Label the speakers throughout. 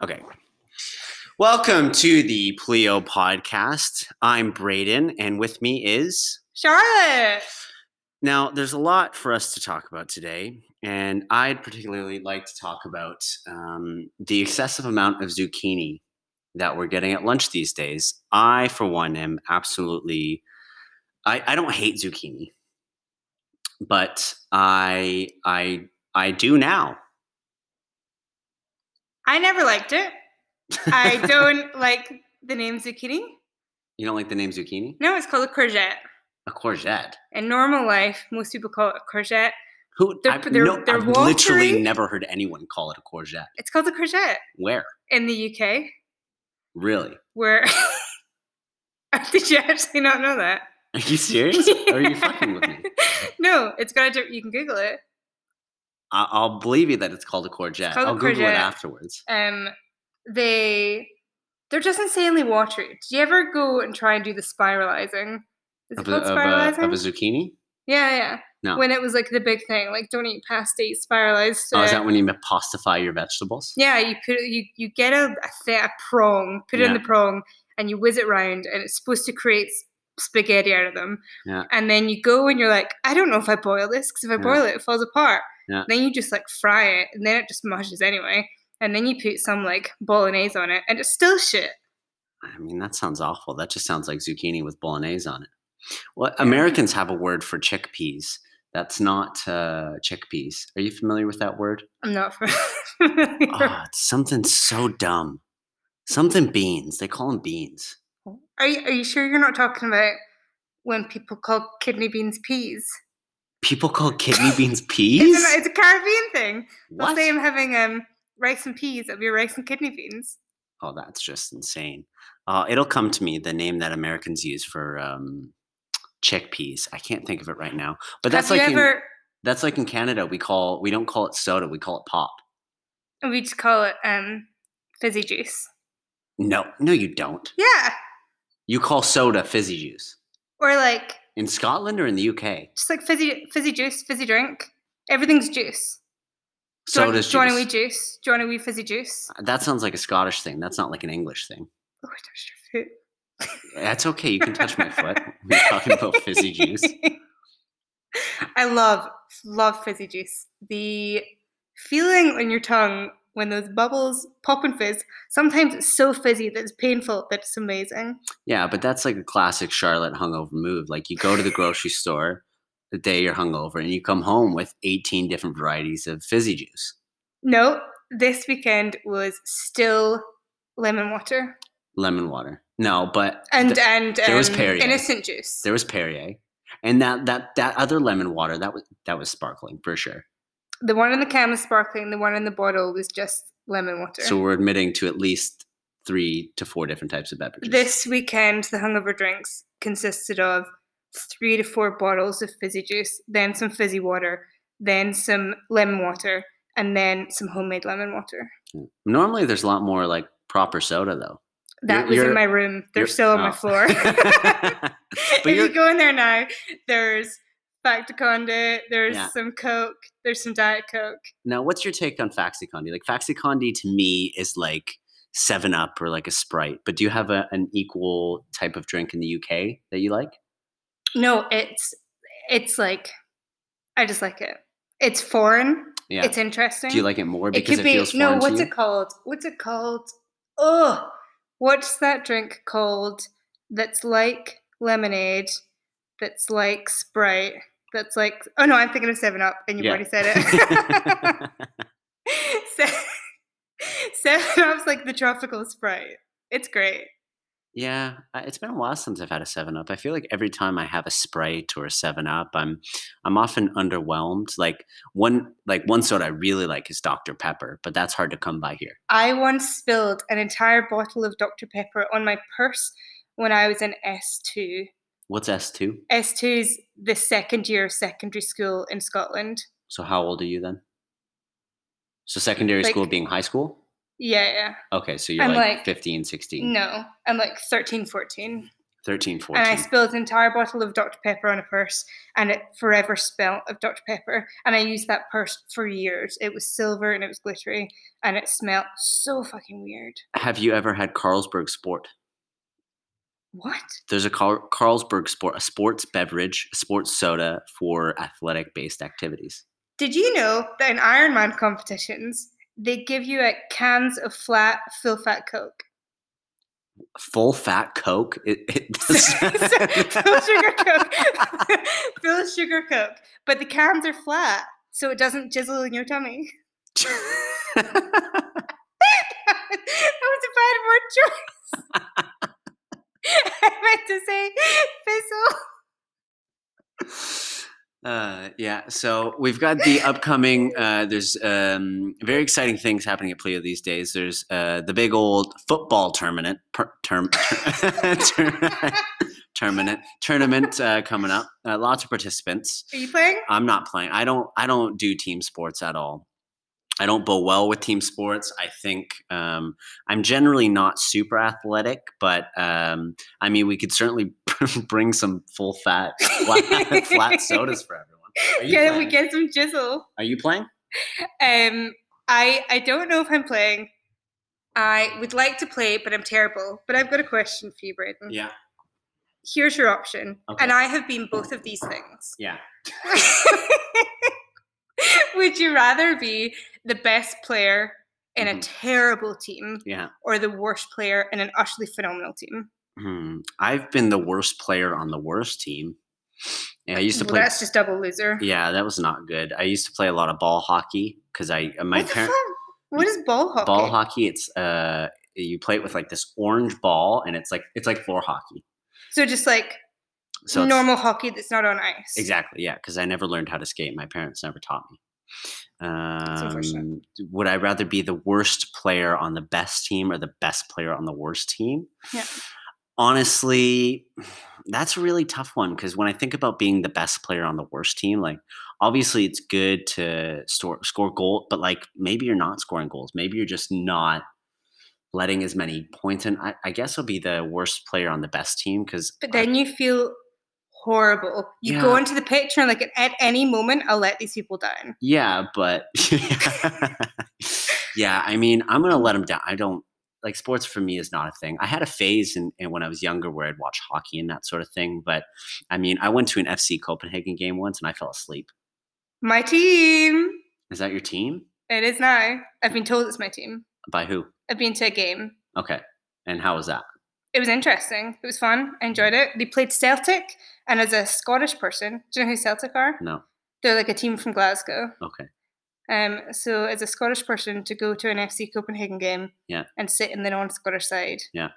Speaker 1: Okay. Welcome to the Pleo podcast. I'm Braden, and with me is.
Speaker 2: Charlotte.
Speaker 1: Now, there's a lot for us to talk about today, and I'd particularly like to talk about um, the excessive amount of zucchini that we're getting at lunch these days. I, for one, am absolutely. I, I don't hate zucchini, but I I I do now.
Speaker 2: I never liked it. I don't like the name zucchini.
Speaker 1: you don't like the name zucchini?
Speaker 2: No, it's called a courgette.
Speaker 1: A courgette.
Speaker 2: In normal life, most people call it a courgette.
Speaker 1: Who?
Speaker 2: They're-
Speaker 1: I've,
Speaker 2: they're-
Speaker 1: no,
Speaker 2: they're
Speaker 1: I've literally
Speaker 2: watery.
Speaker 1: never heard anyone call it a courgette.
Speaker 2: It's called a courgette
Speaker 1: Where?
Speaker 2: in the UK,
Speaker 1: Really?
Speaker 2: where. Did you actually not know that?
Speaker 1: Are you serious? Are you fucking with me?
Speaker 2: no, it's got a different. You can Google it.
Speaker 1: I- I'll believe you that it's called a courgette.
Speaker 2: called a
Speaker 1: I'll Google it
Speaker 2: courgette.
Speaker 1: afterwards.
Speaker 2: Um, they they're just insanely watery. Do you ever go and try and do the spiralizing? Is it
Speaker 1: Of a,
Speaker 2: called
Speaker 1: of a-
Speaker 2: spiralizing?
Speaker 1: of a zucchini?
Speaker 2: yeah, yeah.
Speaker 1: No.
Speaker 2: When it was like the big thing, like don't eat pasta, eat spiralized.
Speaker 1: Oh, is
Speaker 2: uh,
Speaker 1: that when you pastify your vegetables?
Speaker 2: Yeah, you put you you get a a, th- a prong, put it in
Speaker 1: Yeah.
Speaker 2: the prong, and you whiz it round, and it's supposed to create s- spaghetti out of them.
Speaker 1: Yeah.
Speaker 2: And then you go and you're like, I don't know if I boil this because if I
Speaker 1: Yeah.
Speaker 2: boil it, it falls apart.
Speaker 1: Yeah.
Speaker 2: Then you just like fry it, and then it just mushes anyway. And then you put some like bolognese on it, and it's still shit.
Speaker 1: I mean, that sounds awful. That just sounds like zucchini with bolognese on it. Well, Americans have a word for chickpeas. That's not uh, chickpeas. Are you familiar with that word?
Speaker 2: I'm not for.
Speaker 1: Ah, it's something so dumb. Something beans. They call them beans.
Speaker 2: Are you are you sure you're not talking about when people call kidney beans peas?
Speaker 1: People call kidney beans peas.
Speaker 2: Isn't it- it's a Caribbean thing. Let's
Speaker 1: what?
Speaker 2: say I'm having um rice and peas. It'll be rice and kidney beans.
Speaker 1: Oh, that's just insane. Uh, it'll come to me the name that Americans use for um, chickpeas. I can't think of it right now. But that's
Speaker 2: Have
Speaker 1: like
Speaker 2: you
Speaker 1: in,
Speaker 2: ever?
Speaker 1: that's like in Canada. We call we don't call it soda. We call it pop.
Speaker 2: We just call it um fizzy juice.
Speaker 1: No, no, you don't.
Speaker 2: Yeah,
Speaker 1: You call soda fizzy juice
Speaker 2: or like
Speaker 1: in Scotland or in the UK.
Speaker 2: just like fizzy fizzy juice, fizzy drink. Everything's juice. Do you want-
Speaker 1: Soda's
Speaker 2: Do you want a
Speaker 1: juice.
Speaker 2: wee juice? Do you want a wee fizzy juice?
Speaker 1: That sounds like a Scottish thing. That's not like an English thing.
Speaker 2: Oh, I touched your foot.
Speaker 1: That's okay. You can touch my foot. We're talking about fizzy juice.
Speaker 2: I love love fizzy juice. The feeling on your tongue when those bubbles pop and fizz. Sometimes it's so fizzy that it's painful. That's amazing.
Speaker 1: Yeah, but that's like a classic Charlotte hungover move. Like you go to the grocery store the day you're hungover and you come home with 18 different varieties of fizzy juice.
Speaker 2: No, this weekend was still lemon water
Speaker 1: Lemon water. No, but
Speaker 2: and
Speaker 1: th-
Speaker 2: and um,
Speaker 1: there was Perrier.
Speaker 2: innocent juice.
Speaker 1: there was Perrier. And that that that other lemon water, that was that was sparkling for sure.
Speaker 2: the one in the can was sparkling. The one in the bottle was just lemon water.
Speaker 1: So we're admitting to at least 3 to 4 different types of beverages.
Speaker 2: this weekend, the hungover drinks consisted of three to four bottles of fizzy juice, then some fizzy water, then some lemon water, and then some homemade lemon water.
Speaker 1: Normally there's a lot more like proper soda though.
Speaker 2: That was
Speaker 1: you're-
Speaker 2: in my room. They're
Speaker 1: You're-
Speaker 2: still on
Speaker 1: oh.
Speaker 2: my floor.
Speaker 1: But
Speaker 2: if you
Speaker 1: you're-
Speaker 2: go in there now, there's Factaconda, there's
Speaker 1: Yeah.
Speaker 2: some Coke, there's some Diet Coke.
Speaker 1: Now, what's your take on Faxi-Condi? Like Faxi-Condi to me is like Seven Up or like a Sprite. But do you have a, an equal type of drink in the UK that you like?
Speaker 2: No, it's it's like I just like it. It's foreign.
Speaker 1: Yeah.
Speaker 2: It's interesting.
Speaker 1: do you like it more
Speaker 2: it
Speaker 1: because
Speaker 2: could
Speaker 1: it,
Speaker 2: be
Speaker 1: feels
Speaker 2: no.
Speaker 1: foreign to
Speaker 2: What's
Speaker 1: you?
Speaker 2: it called? What's it called? Oh, what's that drink called? That's like lemonade. That's like Sprite. That's like oh no, I'm thinking of Seven Up, and you've
Speaker 1: Yeah.
Speaker 2: already said it. Se- Seven Up's like the tropical Sprite. It's great.
Speaker 1: yeah, uh, it's been a while since I've had a Seven Up. I feel like every time I have a Sprite or a Seven Up, I'm I'm often underwhelmed. Like one like one soda I really like is Dr Pepper, but that's hard to come by here.
Speaker 2: I once spilled an entire bottle of Dr. Pepper on my purse when I was in S2.
Speaker 1: What's S two?
Speaker 2: S2 is the second year of secondary school in Scotland.
Speaker 1: So how old are you then? So secondary
Speaker 2: Like-
Speaker 1: school being high school?
Speaker 2: Yeah, yeah.
Speaker 1: Okay, so you're
Speaker 2: I'm
Speaker 1: like,
Speaker 2: like,
Speaker 1: 15, 16.
Speaker 2: No, I'm like 13, 14.
Speaker 1: 13, 14.
Speaker 2: and I spilled an entire bottle of Dr. Pepper on a purse, and it forever smelled of Dr. Pepper. And I used that purse for years. It was silver and it was glittery, and it smelled so fucking weird.
Speaker 1: Have you ever had Carlsberg Sport?
Speaker 2: What?
Speaker 1: There's a Car- Carlsberg Sport, a sports beverage, a sports soda for athletic based activities.
Speaker 2: Did you know that in Ironman competitions, they give you like cans of flat, full fat Coke?
Speaker 1: Full fat Coke? It, it
Speaker 2: full sugar Coke. full sugar Coke. But the cans are flat, so it doesn't jizzle in your tummy. that was a bad word choice. I meant to say fizzle.
Speaker 1: Uh, yeah, so we've got the upcoming. Uh, there's um, very exciting things happening at Pleo these days. There's uh, the big old football tournament, per, term, tournament, tournament, tournament uh, coming up. Uh, lots of participants.
Speaker 2: Are you playing?
Speaker 1: I'm not playing. I don't. I don't do team sports at all. I don't bow well with team sports. I think um, I'm generally not super athletic, but um, I mean, we could certainly bring some full fat flat, flat sodas for everyone. Are you,
Speaker 2: Can
Speaker 1: playing?
Speaker 2: we get some jizzle?
Speaker 1: Are you playing?
Speaker 2: Um, I I don't know if I'm playing. I would like to play, but I'm terrible. But I've got a question for you, Braden.
Speaker 1: Yeah,
Speaker 2: Here's your option,
Speaker 1: Okay.
Speaker 2: and I have been both of these things.
Speaker 1: yeah.
Speaker 2: would you rather be the best player in a
Speaker 1: Mhm.
Speaker 2: terrible team
Speaker 1: Yeah.
Speaker 2: or the worst player in an utterly phenomenal team?
Speaker 1: Hmm. I've been the worst player on the worst team. Yeah, I used to
Speaker 2: Well,
Speaker 1: play.
Speaker 2: that's just double loser.
Speaker 1: yeah, that was not good. I used to play a lot of ball hockey because I my
Speaker 2: what the
Speaker 1: parents.
Speaker 2: fuck? What is ball hockey?
Speaker 1: Ball hockey. It's uh, you play it with like this orange ball, and it's like it's like floor hockey.
Speaker 2: So just like
Speaker 1: So it's-
Speaker 2: normal hockey that's not on ice.
Speaker 1: Exactly. Yeah, because I never learned how to skate. My parents never taught me.
Speaker 2: unfortunate.
Speaker 1: Um, would I rather be the worst player on the best team or the best player on the worst team?
Speaker 2: Yeah.
Speaker 1: Honestly, that's a really tough one because when I think about being the best player on the worst team, like obviously it's good to store, score goal, but like maybe you're not scoring goals. Maybe you're just not letting as many points. And I, I guess I'll be the worst player on the best team because
Speaker 2: But then you feel horrible. You go
Speaker 1: Yeah.
Speaker 2: into the picture and like at- at any moment I'll let these people down.
Speaker 1: Yeah, but yeah, I mean, I'm gonna let them down. I don't like sports for me is not a thing. I had a phase in, in when I was younger where I'd watch hockey and that sort of thing, but I mean, I went to an FC Copenhagen game once and I fell asleep.
Speaker 2: My team.
Speaker 1: Is that your team?
Speaker 2: It is now. I've been told it's my team.
Speaker 1: By who?
Speaker 2: I've been to a game.
Speaker 1: Okay, and how was that?
Speaker 2: It was interesting. It was fun. I enjoyed it. They played Celtic, and as a Scottish person, do you know who Celtic are?
Speaker 1: No,
Speaker 2: They're like a team from Glasgow.
Speaker 1: okay,
Speaker 2: Um, so as a Scottish person to go to an FC Copenhagen game
Speaker 1: Yeah.
Speaker 2: and sit in the non-Scottish side,
Speaker 1: Yeah.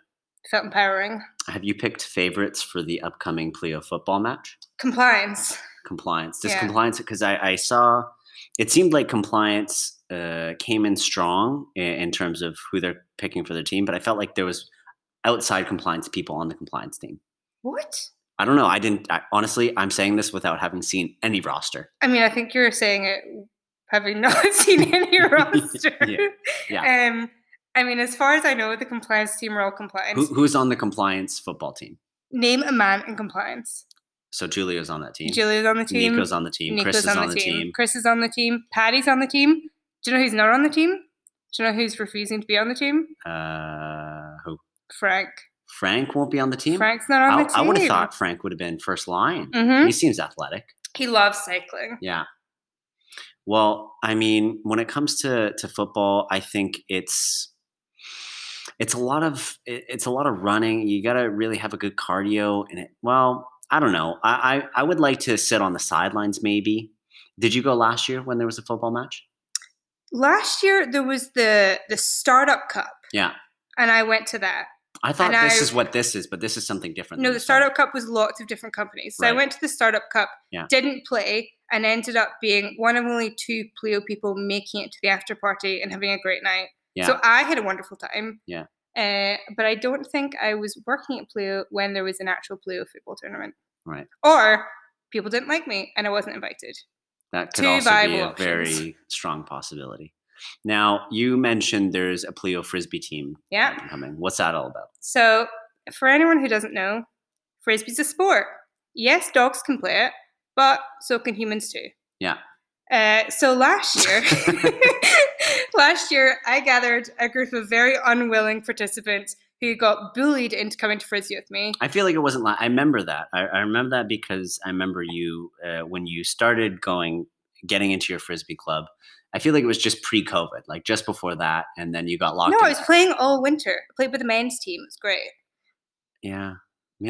Speaker 2: felt empowering.
Speaker 1: have you picked favorites for the upcoming Pleo football match?
Speaker 2: Compliance.
Speaker 1: compliance. Does
Speaker 2: Yeah.
Speaker 1: compliance because I, I saw it seemed like compliance uh, came in strong in, in terms of who they're picking for their team, but I felt like there was outside compliance people on the compliance team.
Speaker 2: What?
Speaker 1: I don't know. I didn't I, honestly. I'm saying this without having seen any roster.
Speaker 2: I mean, I think you're saying it having not seen any roster.
Speaker 1: yeah.
Speaker 2: Um, I mean, as far as I know, the compliance team are all compliance.
Speaker 1: Who, who's on the compliance football team?
Speaker 2: Name a man in compliance.
Speaker 1: So Julio's on that team.
Speaker 2: Julia's on the team.
Speaker 1: Nico's on the team.
Speaker 2: Nico's
Speaker 1: Chris is on the team.
Speaker 2: Chris is on the team. Patty's on the team. Do you know who's not on the team? Do you know who's refusing to be on the team?
Speaker 1: Uh, who?
Speaker 2: Frank.
Speaker 1: Frank won't be on the team.
Speaker 2: Frank's not on
Speaker 1: I,
Speaker 2: the team.
Speaker 1: would have thought Frank would have been first line.
Speaker 2: hmm
Speaker 1: He seems athletic.
Speaker 2: He loves cycling.
Speaker 1: Yeah. Well, I mean, when it comes to to football, I think it's it's a lot of it- it's a lot of running. You got to really have a good cardio in it. Well, I don't know. I, I I would like to sit on the sidelines maybe. Did you go last year when there was a football match?
Speaker 2: Last year there was the the startup cup.
Speaker 1: Yeah.
Speaker 2: And I went to that.
Speaker 1: I thought
Speaker 2: And
Speaker 1: this
Speaker 2: I-
Speaker 1: is what this is, but this is something different.
Speaker 2: No,
Speaker 1: than
Speaker 2: the
Speaker 1: startup.
Speaker 2: startup cup was lots of different companies. So I
Speaker 1: Right.
Speaker 2: went to the startup cup,
Speaker 1: Yeah.
Speaker 2: didn't play, and ended up being one of only two Pleo people making it to the after party and having a great night. So
Speaker 1: Yeah.
Speaker 2: I had a wonderful time.
Speaker 1: Yeah.
Speaker 2: Uh, but I don't think I was working at Pleo when there was an actual Pleo football tournament.
Speaker 1: Right.
Speaker 2: Or people didn't like me and I wasn't invited.
Speaker 1: That could
Speaker 2: Two
Speaker 1: also be
Speaker 2: viable
Speaker 1: a
Speaker 2: options.
Speaker 1: very strong possibility. Now, you mentioned there's a Pleo frisbee team
Speaker 2: Yeah.
Speaker 1: coming. What's that all about?
Speaker 2: So for anyone who doesn't know, Frisbee's a sport. Yes, dogs can play it, but so can humans too.
Speaker 1: Yeah.
Speaker 2: Uh, so last year, last year I gathered a group of very unwilling participants who got bullied into coming to frisbee with me.
Speaker 1: I feel like it wasn't. La- I remember that. I, I remember that because I remember you uh, when you started going, getting into your frisbee club. I feel like it was just pre-COVID, like just before that, and then you got locked.
Speaker 2: No,
Speaker 1: in.
Speaker 2: I was playing all winter. I played with the men's team. It was great.
Speaker 1: Yeah.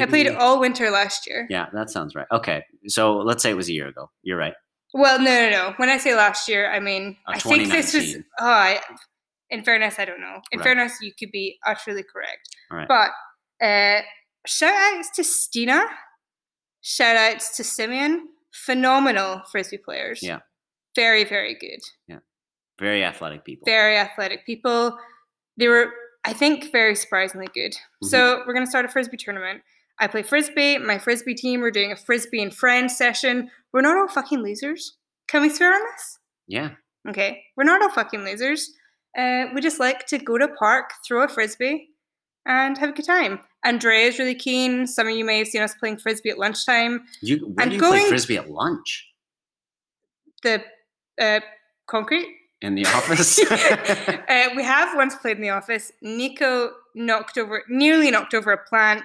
Speaker 2: I played
Speaker 1: maybe-
Speaker 2: all winter last year.
Speaker 1: Yeah, that sounds right. Okay, so let's say it was a year ago. You're right.
Speaker 2: Well, no, no, no. When I say last year, I mean
Speaker 1: Uh,
Speaker 2: I think this was.
Speaker 1: 2019.
Speaker 2: Oh, I, in fairness, I don't know. In
Speaker 1: Right.
Speaker 2: fairness, you could be utterly correct.
Speaker 1: All right.
Speaker 2: But uh, shout outs to Stina. Shout outs to Simeon. Phenomenal frisbee players.
Speaker 1: Yeah.
Speaker 2: Very, very good.
Speaker 1: Very athletic people.
Speaker 2: Very athletic people. They were, I think, very surprisingly good.
Speaker 1: Mm-hmm.
Speaker 2: So we're gonna start a frisbee tournament. I play frisbee. My frisbee team. We're doing a frisbee and friends session. We're not all fucking losers. Can we swear on this?
Speaker 1: Yeah.
Speaker 2: Okay, we're not all fucking losers. Uh, we just like to go to a park, throw a frisbee, and have a good time. Andrea is really keen. Some of you may have seen us playing frisbee at lunchtime.
Speaker 1: You. Where
Speaker 2: I'm
Speaker 1: do you play
Speaker 2: going-
Speaker 1: frisbee at lunch?
Speaker 2: The uh, concrete.
Speaker 1: In the office.
Speaker 2: uh, we have once played in the office. Nico knocked over, nearly knocked over a plant,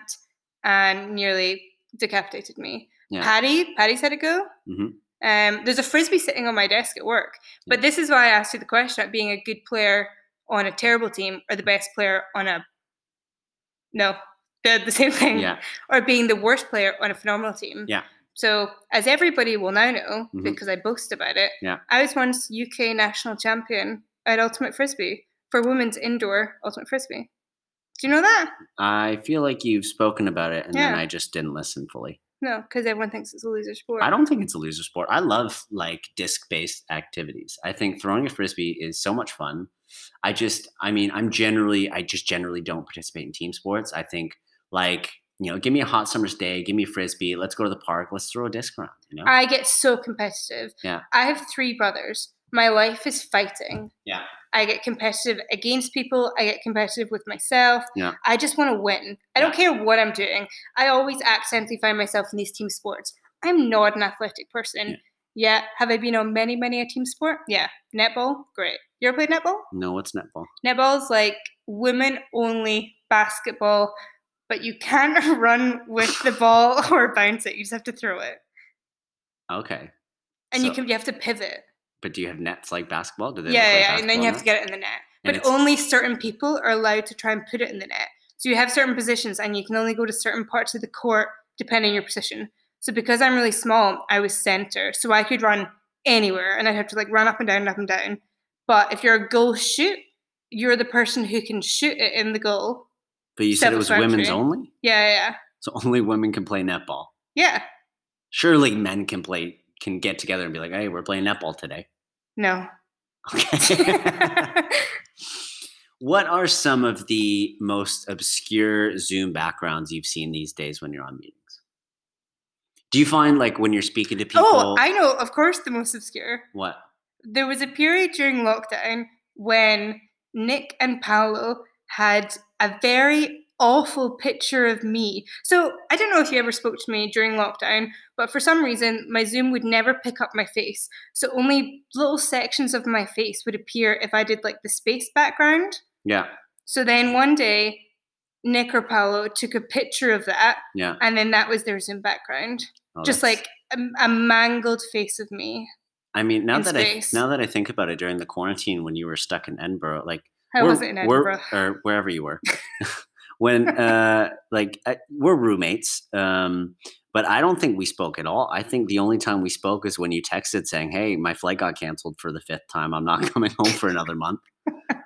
Speaker 2: and nearly decapitated me.
Speaker 1: Yeah.
Speaker 2: Patty, Patty's had a go.
Speaker 1: Mhm.
Speaker 2: Um, there's a frisbee sitting on my desk at work.
Speaker 1: Yeah.
Speaker 2: But this is why I asked you the question about being a good player on a terrible team or the best player on a no, they're the same thing.
Speaker 1: yeah.
Speaker 2: Or being the worst player on a phenomenal team.
Speaker 1: Yeah.
Speaker 2: So as everybody will now know,
Speaker 1: Mhm.
Speaker 2: because I boast about it,
Speaker 1: Yeah.
Speaker 2: I was once UK national champion at Ultimate Frisbee for women's indoor Ultimate Frisbee. Do you know that?
Speaker 1: I feel like you've spoken about it, and then
Speaker 2: Yeah.
Speaker 1: I just didn't listen fully.
Speaker 2: No, because everyone thinks it's a loser sport.
Speaker 1: I don't think it's a loser sport. I love like disc-based activities. I think throwing a frisbee is so much fun. I just, I mean, I'm generally, I just generally don't participate in team sports. I think like you know, give me a hot summer's day, give me a frisbee, let's go to the park, let's throw a disc around. You know,
Speaker 2: I get so competitive.
Speaker 1: Yeah.
Speaker 2: I have three brothers. My life is fighting.
Speaker 1: Yeah.
Speaker 2: I get competitive against people. I get competitive with myself.
Speaker 1: Yeah.
Speaker 2: I just want to win. I don't care what I'm doing. I always accidentally find myself in these team sports. I'm not an athletic person.
Speaker 1: Yeah.
Speaker 2: Yeah. Have I been on many, many a team sport? Yeah. Netball, great. You ever played netball?
Speaker 1: no, what's netball?
Speaker 2: Netball's like women only basketball, but you can't run with the ball or bounce it. You just have to throw it.
Speaker 1: Okay,
Speaker 2: And you
Speaker 1: So-
Speaker 2: can you have to pivot.
Speaker 1: but do you have nets like basketball? Do they?
Speaker 2: Yeah,
Speaker 1: look
Speaker 2: yeah,
Speaker 1: like
Speaker 2: yeah, and then you have to
Speaker 1: basketball
Speaker 2: get it in the net.
Speaker 1: And
Speaker 2: But
Speaker 1: it's-
Speaker 2: only certain people are allowed to try and put it in the net. So you have certain positions, and you can only go to certain parts of the court depending on your position. So because I'm really small, I was center, so I could run anywhere, and I'd have to like run up and down, and up and down. But if you're a goal shoot, you're the person who can shoot it in the goal.
Speaker 1: But you said it was women's
Speaker 2: self-explanatory.
Speaker 1: only,
Speaker 2: Yeah, yeah, yeah.
Speaker 1: so only women can play netball.
Speaker 2: yeah.
Speaker 1: Surely men can play can get together and be like, "Hey, we're playing netball today."
Speaker 2: No.
Speaker 1: Okay. what are some of the most obscure Zoom backgrounds you've seen these days when you're on meetings? Do you find like when you're speaking to people?
Speaker 2: oh, I know. Of course, the most obscure.
Speaker 1: what?
Speaker 2: there was a period during lockdown when Nick and Paolo had a very awful picture of me. So I don't know if you ever spoke to me during lockdown, but for some reason my Zoom would never pick up my face. So only little sections of my face would appear if I did like the space background.
Speaker 1: Yeah,
Speaker 2: So then one day Nick or Paolo took a picture of that
Speaker 1: yeah.
Speaker 2: and then that was their Zoom background.
Speaker 1: Oh,
Speaker 2: Just
Speaker 1: that's-
Speaker 2: like a, a mangled face of me.
Speaker 1: I mean, now
Speaker 2: in
Speaker 1: that I
Speaker 2: space.
Speaker 1: now that I think about it, during the quarantine when you were stuck in Edinburgh, like
Speaker 2: How
Speaker 1: we're-
Speaker 2: was it in
Speaker 1: we're-
Speaker 2: Edinburgh?
Speaker 1: or wherever you were when uh like I, we're roommates um but i don't think we spoke at all i think the only time we spoke is when you texted saying hey my flight got canceled for the fifth time i'm not coming home for another month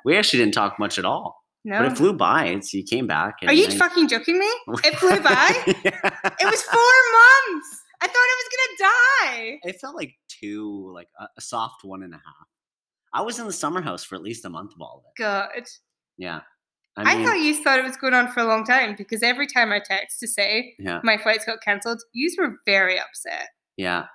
Speaker 1: we actually didn't talk much at all
Speaker 2: No.
Speaker 1: but it flew by it's you came back and
Speaker 2: Are you
Speaker 1: then-
Speaker 2: fucking joking me? It flew by.
Speaker 1: Yeah.
Speaker 2: It was four months. I thought I was gonna die.
Speaker 1: it felt like two like a, a soft one and a half i was in the summer house for at least a month of all of it
Speaker 2: God,
Speaker 1: yeah
Speaker 2: I,
Speaker 1: i mean
Speaker 2: thought you thought it was going on for a long time because every time I text to say
Speaker 1: yeah
Speaker 2: my flights got cancelled, you were very upset.
Speaker 1: yeah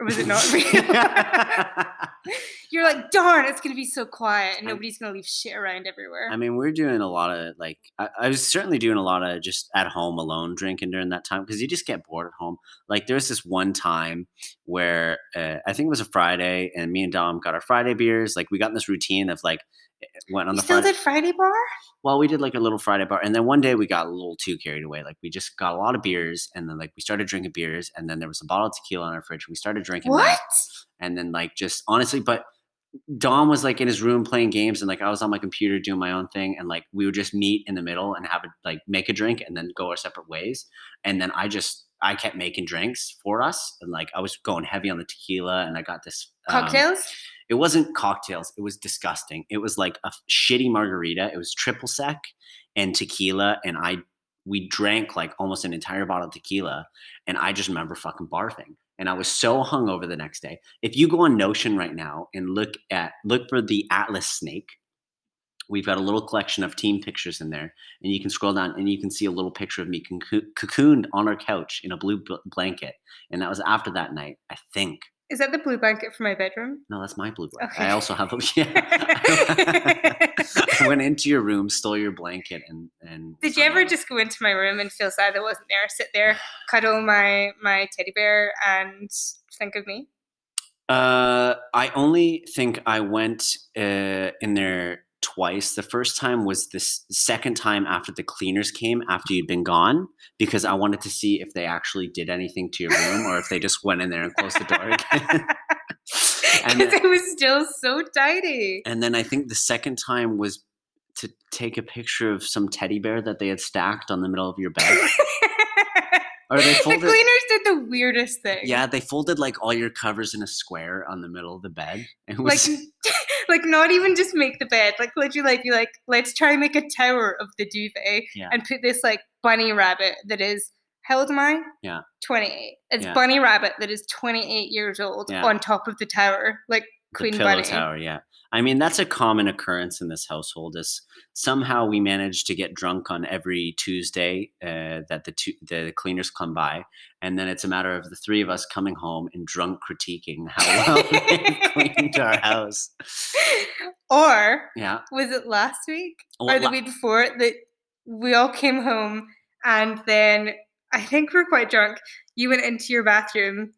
Speaker 2: Or was it not real? You're like, darn, it's gonna be so quiet and nobody's gonna leave shit around everywhere.
Speaker 1: I mean, we're doing a lot of like I, I was certainly doing a lot of just at home alone drinking during that time because you just get bored at home. Like there was this one time where uh, I think it was a Friday, and me and Dom got our Friday beers. Like we got in this routine of like e, went on
Speaker 2: you
Speaker 1: the
Speaker 2: still
Speaker 1: Friday.
Speaker 2: did Friday bar?
Speaker 1: well, we did like a little Friday bar, and then one day we got a little too carried away. Like we just got a lot of beers, and then like we started drinking beers, and then there was a bottle of tequila in our fridge. We started drinking. that
Speaker 2: What?
Speaker 1: and then like just honestly but Dom was like in his room playing games and like I was on my computer doing my own thing and like we would just meet in the middle and have a like make a drink and then go our separate ways and then I just I kept making drinks for us and like I was going heavy on the tequila and I got this um,
Speaker 2: Cocktails?
Speaker 1: it wasn't cocktails it was disgusting it was like a f- shitty margarita it was triple sec and tequila and I we drank like almost an entire bottle of tequila and I just remember fucking barfing. And I was so hungover the next day. If you go on Notion right now and look at look for the Atlas snake, we've got a little collection of team pictures in there, and you can scroll down and you can see a little picture of me concoo- cocooned on our couch in a blue bl- blanket. And that was after that night, I think.
Speaker 2: Is that the blue blanket for my bedroom?
Speaker 1: No, that's my blue blanket.
Speaker 2: Okay.
Speaker 1: I also have a yeah. I went into your room, stole your blanket, and and
Speaker 2: Did you ever
Speaker 1: hung out.
Speaker 2: just go into my room and feel sad that I wasn't there? Sit there, cuddle my my teddy bear, and think of me.
Speaker 1: Uh, I only think I went uh, in there twice. The first time was this second time after the cleaners came after you'd been gone because I wanted to see if they actually did anything to your room or if they just went in there and closed the door again. and,
Speaker 2: Because
Speaker 1: then,
Speaker 2: it was still so tidy.
Speaker 1: and then I think the second time was to take a picture of some teddy bear that they had stacked on the middle of your bed. Or they
Speaker 2: the
Speaker 1: folded.
Speaker 2: cleaners did the weirdest thing.
Speaker 1: yeah, they folded like all your covers in a square on the middle of the bed. It
Speaker 2: Like,
Speaker 1: was
Speaker 2: like not even just make the bed. Like, would you like be like, let's try and make a tower of the duvet
Speaker 1: Yeah.
Speaker 2: and put this like bunny rabbit that is how old am I?
Speaker 1: Yeah.
Speaker 2: Twenty eight. It's
Speaker 1: Yeah.
Speaker 2: bunny rabbit that is twenty eight years old
Speaker 1: Yeah.
Speaker 2: on top of the tower. Like Queen
Speaker 1: the pillow
Speaker 2: Bunny.
Speaker 1: tower yeah i mean that's a common occurrence in this household is somehow we manage to get drunk on every tuesday uh, that the two, the cleaners come by and then it's a matter of the three of us coming home and drunk critiquing how well they cleaned our house
Speaker 2: Or
Speaker 1: yeah
Speaker 2: was it last week?
Speaker 1: Well,
Speaker 2: or the
Speaker 1: la-
Speaker 2: week before that we all came home and then I think we we're quite drunk. You went into your bathroom.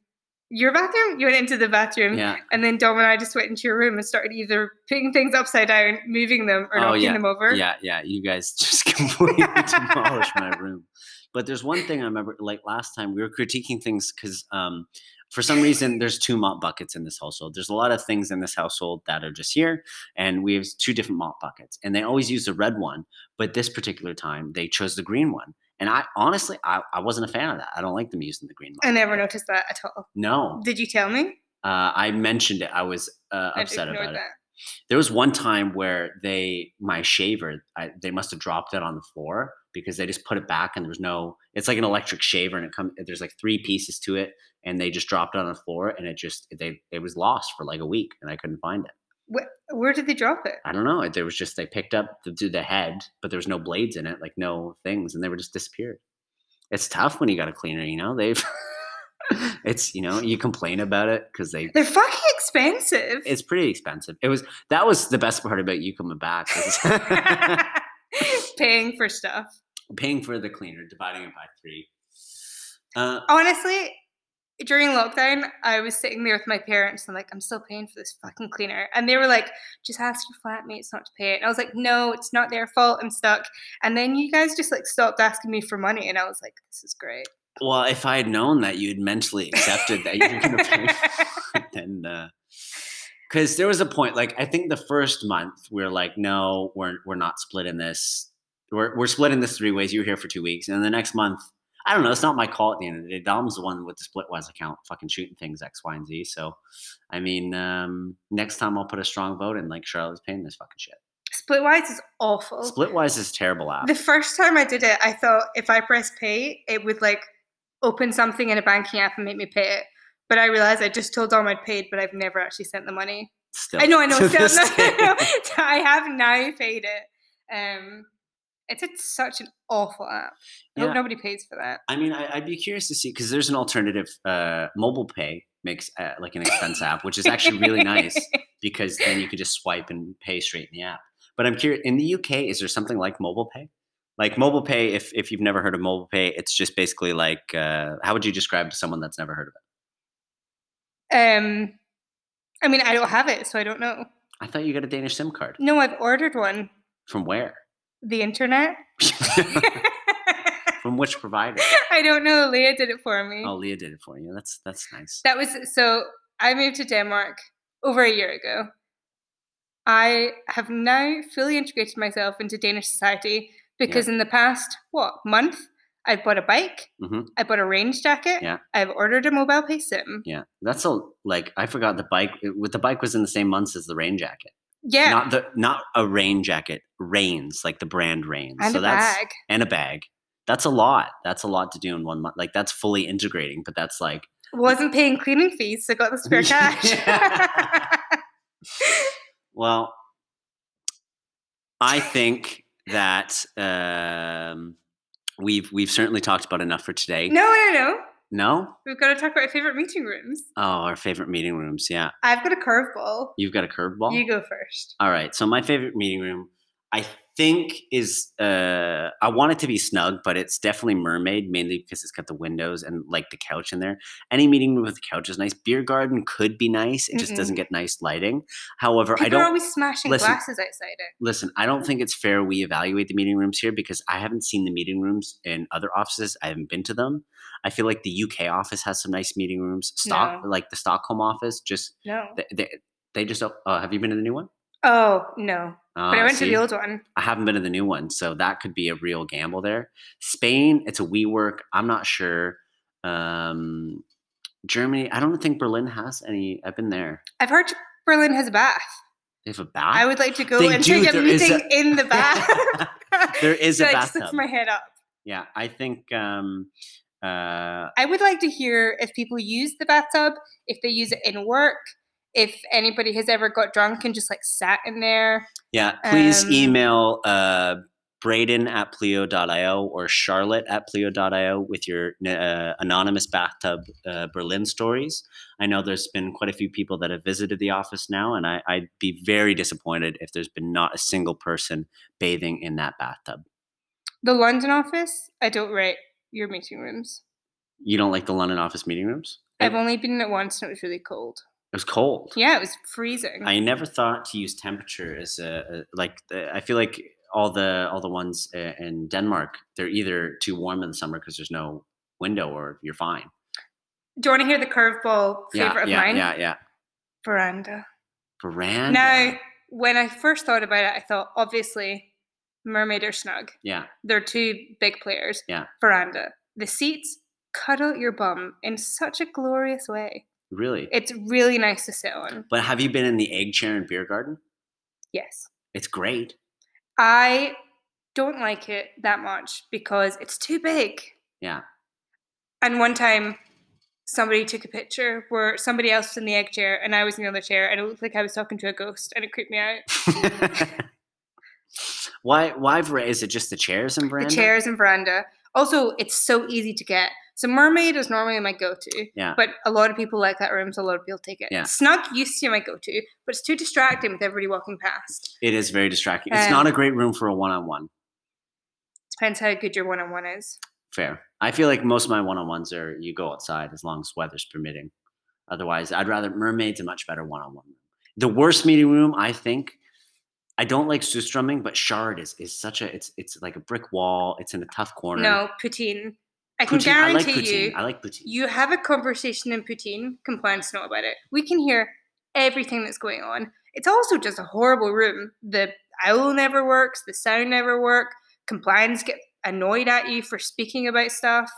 Speaker 2: Your bathroom? You went into the bathroom.
Speaker 1: yeah
Speaker 2: And then Dom and I just went into your room and started either putting things upside down, moving them, or
Speaker 1: Oh,
Speaker 2: knocking them over.
Speaker 1: yeah yeah you guys just completely demolished my room but there's one thing i remember like last time we were critiquing things because um for some reason there's two mop buckets in this household there's a lot of things in this household that are just here and we have two different mop buckets and they always use the red one but this particular time they chose the green one and i honestly i, I wasn't a fan of that i don't like them using the green mop
Speaker 2: I never
Speaker 1: bucket.
Speaker 2: noticed that at all.
Speaker 1: no
Speaker 2: Did you tell me?
Speaker 1: uh, i mentioned it i was uh,
Speaker 2: I
Speaker 1: upset
Speaker 2: ignored
Speaker 1: about it
Speaker 2: that.
Speaker 1: there was one time where they my shaver I, they must have dropped it on the floor because they just put it back and there was no it's like an electric shaver and it come there's like three pieces to it and they just dropped it on the floor and it just they it was lost for like a week and i couldn't find it
Speaker 2: Where did they drop it?
Speaker 1: i don't know it, there was just they picked up the, the head but there was no blades in it like no things and they were just disappeared it's tough when you got a cleaner you know they've it's you know you complain about it because they
Speaker 2: They're fucking expensive.
Speaker 1: it's pretty expensive it was that was the best part about you coming back is-
Speaker 2: Paying for stuff.
Speaker 1: paying for the cleaner, dividing it by three. Uh,
Speaker 2: honestly, during lockdown, I was sitting there with my parents and like, I'm still paying for this fucking cleaner. And they were like, just ask your flatmates not to pay it. And I was like, no, it's not their fault. I'm stuck. And then you guys just like stopped asking me for money. And I was like, this is great.
Speaker 1: well, if I had known that you had mentally accepted that you're going to pay, then because there was a point, like I think the first month we are like, no, we're we're not splitting this. We're we're splitting this three ways. You were here for two weeks, and the next month, I don't know. It's not my call at the end of the day. Dom's the one with the splitwise account, fucking shooting things X, Y, and Z. So, I mean, um, next time I'll put a strong vote in. Like Charlotte's paying this fucking shit.
Speaker 2: Splitwise is awful.
Speaker 1: Splitwise is a terrible app.
Speaker 2: the first time I did it, I thought if I press pay, it would like open something in a banking app and make me pay it. But I realized I just told Dom I'd paid, but I've never actually sent the money.
Speaker 1: Still,
Speaker 2: I know, I know.
Speaker 1: to
Speaker 2: Still,
Speaker 1: this
Speaker 2: no,
Speaker 1: day.
Speaker 2: no, no. I have now paid it. Um, it's a, such an awful app. I
Speaker 1: Yeah.
Speaker 2: hope nobody pays for that.
Speaker 1: I mean, I, I'd be curious to see because there's an alternative. Uh, mobile pay makes uh, like an expense app, which is actually really nice. because then you can just swipe and pay straight in the app. But I'm curious, in the UK, is there something like mobile pay? Like mobile pay, if if you've never heard of mobile pay, it's just basically like uh, how would you describe to someone that's never heard of
Speaker 2: Um, I mean, I don't have it, so I don't know.
Speaker 1: it? I thought you got a Danish SIM card.
Speaker 2: No, I've ordered one.
Speaker 1: From where?
Speaker 2: The internet.
Speaker 1: From which provider?
Speaker 2: I don't know. Leah did it for me.
Speaker 1: Oh, Leah did it for you. That's that's nice.
Speaker 2: Mm. That was so I moved to Denmark over a year ago. I have now fully integrated myself into Danish society because in the past, what, month, I've bought a bike,
Speaker 1: Mhm.
Speaker 2: I bought a range jacket,
Speaker 1: Yeah.
Speaker 2: I've ordered a mobile pay sim.
Speaker 1: Yeah, that's a like I forgot the bike. With the bike was in the same months as the rain jacket.
Speaker 2: Yeah.
Speaker 1: Not the not a rain jacket. Rains like the brand rains.
Speaker 2: and
Speaker 1: so
Speaker 2: a
Speaker 1: that's
Speaker 2: bag.
Speaker 1: and a bag. That's a lot. That's a lot to do in one month. Like that's fully integrating, but that's like
Speaker 2: Wasn't paying cleaning fees, so got the spare cash.
Speaker 1: Well, I think that um, we've we've certainly talked about enough for today.
Speaker 2: no, no, no.
Speaker 1: No?
Speaker 2: We've got to talk about our favorite meeting rooms.
Speaker 1: Oh, our favorite meeting rooms. Yeah,
Speaker 2: I've got a curveball.
Speaker 1: you've got a curveball.
Speaker 2: You go first.
Speaker 1: All right. So my favorite meeting room, I think, is uh, I want it to be snug, but it's definitely mermaid mainly because it's got the windows and like the couch in there. Any meeting room with a couch is nice. Beer garden could be nice. It just
Speaker 2: Mm-mm.
Speaker 1: doesn't get nice lighting. However, I
Speaker 2: People
Speaker 1: don't.
Speaker 2: are always smashing
Speaker 1: listen,
Speaker 2: glasses outside it.
Speaker 1: listen, I don't think it's fair we evaluate the meeting rooms here because I haven't seen the meeting rooms in other offices. I haven't been to them. I feel like the UK office has some nice meeting rooms. Stock,
Speaker 2: No.
Speaker 1: like the Stockholm office, just
Speaker 2: No.
Speaker 1: they they, they just. op- Uh, have you been to the new one?
Speaker 2: Oh no!
Speaker 1: Uh,
Speaker 2: But I went to
Speaker 1: see,
Speaker 2: the old one.
Speaker 1: I haven't been to the new one, so that could be a real gamble there. Spain, it's a WeWork. I'm not sure. Um, Germany, I don't think Berlin has any. I've been there.
Speaker 2: I've heard Berlin has a bath.
Speaker 1: They have a bath.
Speaker 2: I would like to go
Speaker 1: Ah, They
Speaker 2: and
Speaker 1: do,
Speaker 2: take a
Speaker 1: there is a-
Speaker 2: meeting in the bath.
Speaker 1: there is a
Speaker 2: That just
Speaker 1: bathtub.
Speaker 2: lifts my head up.
Speaker 1: yeah, I think. Um, uh,
Speaker 2: I would like to hear if people use the bathtub, if they use it in work, if anybody has ever got drunk and just like sat in there.
Speaker 1: Yeah, please
Speaker 2: Um,
Speaker 1: email uh, Braden at plio.io or Charlotte at plio.io with your uh, anonymous bathtub uh, Berlin stories. I know there's been quite a few people that have visited the office now, and I, I'd be very disappointed if there's been not a single person bathing in that bathtub.
Speaker 2: The London office, I don't rate your meeting rooms.
Speaker 1: You don't like the London office meeting rooms? It,
Speaker 2: I've only been in it once and it was really cold.
Speaker 1: it was cold.
Speaker 2: Yeah, it was freezing.
Speaker 1: I never thought to use temperature as a, a like. The, I feel like all the all the ones uh, in Denmark they're either too warm in the summer because there's no window or you're fine.
Speaker 2: Do you want to hear the curveball
Speaker 1: Yeah,
Speaker 2: favorite of
Speaker 1: yeah,
Speaker 2: mine?
Speaker 1: yeah, yeah.
Speaker 2: Veranda.
Speaker 1: Veranda.
Speaker 2: Now, when I first thought about it, I thought obviously Mermaid or Snug.
Speaker 1: Yeah,
Speaker 2: They're two big players.
Speaker 1: Yeah.
Speaker 2: Veranda. The seats cuddle your bum in such a glorious way.
Speaker 1: really.
Speaker 2: It's really nice to sit on.
Speaker 1: but have you been in the egg chair and beer garden?
Speaker 2: Yes.
Speaker 1: It's great.
Speaker 2: I don't like it that much because it's too big.
Speaker 1: Yeah.
Speaker 2: And one time somebody took a picture where somebody else was in the egg chair and I was in the other chair and it looked like I was talking to a ghost and it creeped me out.
Speaker 1: why? Why ver- is it just the chairs and veranda?
Speaker 2: the chairs and veranda. Also, it's so easy to get. So mermaid is normally my go-to.
Speaker 1: Yeah.
Speaker 2: But a lot of people like that room, so a lot of people take it.
Speaker 1: Yeah.
Speaker 2: Snug used to be my go-to, but it's too distracting with everybody walking past.
Speaker 1: It is very distracting. It's not a great room for a one-on-one.
Speaker 2: Depends how good your one-on-one is.
Speaker 1: Fair. I feel like most of my one on ones are you go outside as long as weather's permitting. Otherwise, I'd rather mermaids a much better one on one. The worst meeting room, I think. I don't like Sustrumming, but Shard is is such a it's it's like a brick wall. It's in a tough corner.
Speaker 2: No, poutine. I can
Speaker 1: Poutine-
Speaker 2: guarantee
Speaker 1: I like poutine.
Speaker 2: you,
Speaker 1: I like poutine.
Speaker 2: you have a conversation in poutine, compliance know about it. We can hear everything that's going on. It's also just a horrible room. The owl never works, the sound never work, compliance get annoyed at you for speaking about stuff.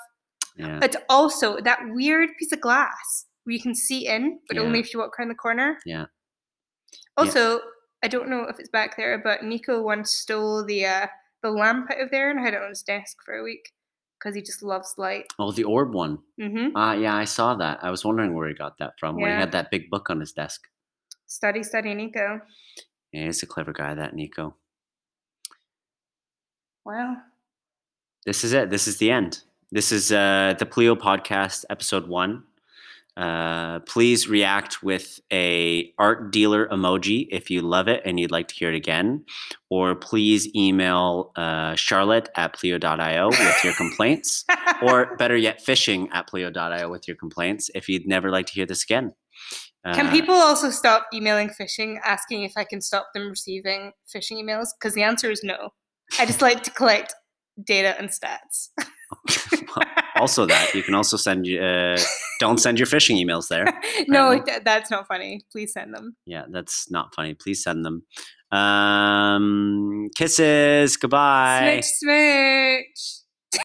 Speaker 1: yeah.
Speaker 2: It's also that weird piece of glass where you can see in, but
Speaker 1: Yeah.
Speaker 2: only if you walk around the corner.
Speaker 1: Yeah. Yeah.
Speaker 2: Also, I don't know if it's back there, but Nico once stole the uh, the lamp out of there and had it on his desk for a week because he just loves light.
Speaker 1: Oh, the orb one.
Speaker 2: hmm
Speaker 1: Ah, yeah, I saw that. I was wondering where he got that from. Where he
Speaker 2: Yeah.
Speaker 1: had that big book on his desk.
Speaker 2: Study, study, Nico.
Speaker 1: Yeah, he's a clever guy, that Nico.
Speaker 2: Wow.
Speaker 1: this is it. This is the end. This is uh, the Pleo podcast, episode one. Uh, please react with a art dealer emoji if you love it and you'd like to hear it again. Or please email uh, charlotte at plio.io with your complaints. or better yet, phishing at plio.io with your complaints if you'd never like to hear this again.
Speaker 2: Can
Speaker 1: Uh,
Speaker 2: people also stop emailing phishing, asking if I can stop them receiving phishing emails? Because the answer is no. I just like to collect data and stats.
Speaker 1: also, that you can also send you uh, don't send your phishing emails there.
Speaker 2: no,
Speaker 1: Apparently.
Speaker 2: th- that's not funny. Please send them.
Speaker 1: Yeah, that's not funny. Please send them. Um, kisses. Goodbye.
Speaker 2: Smooch, smooch.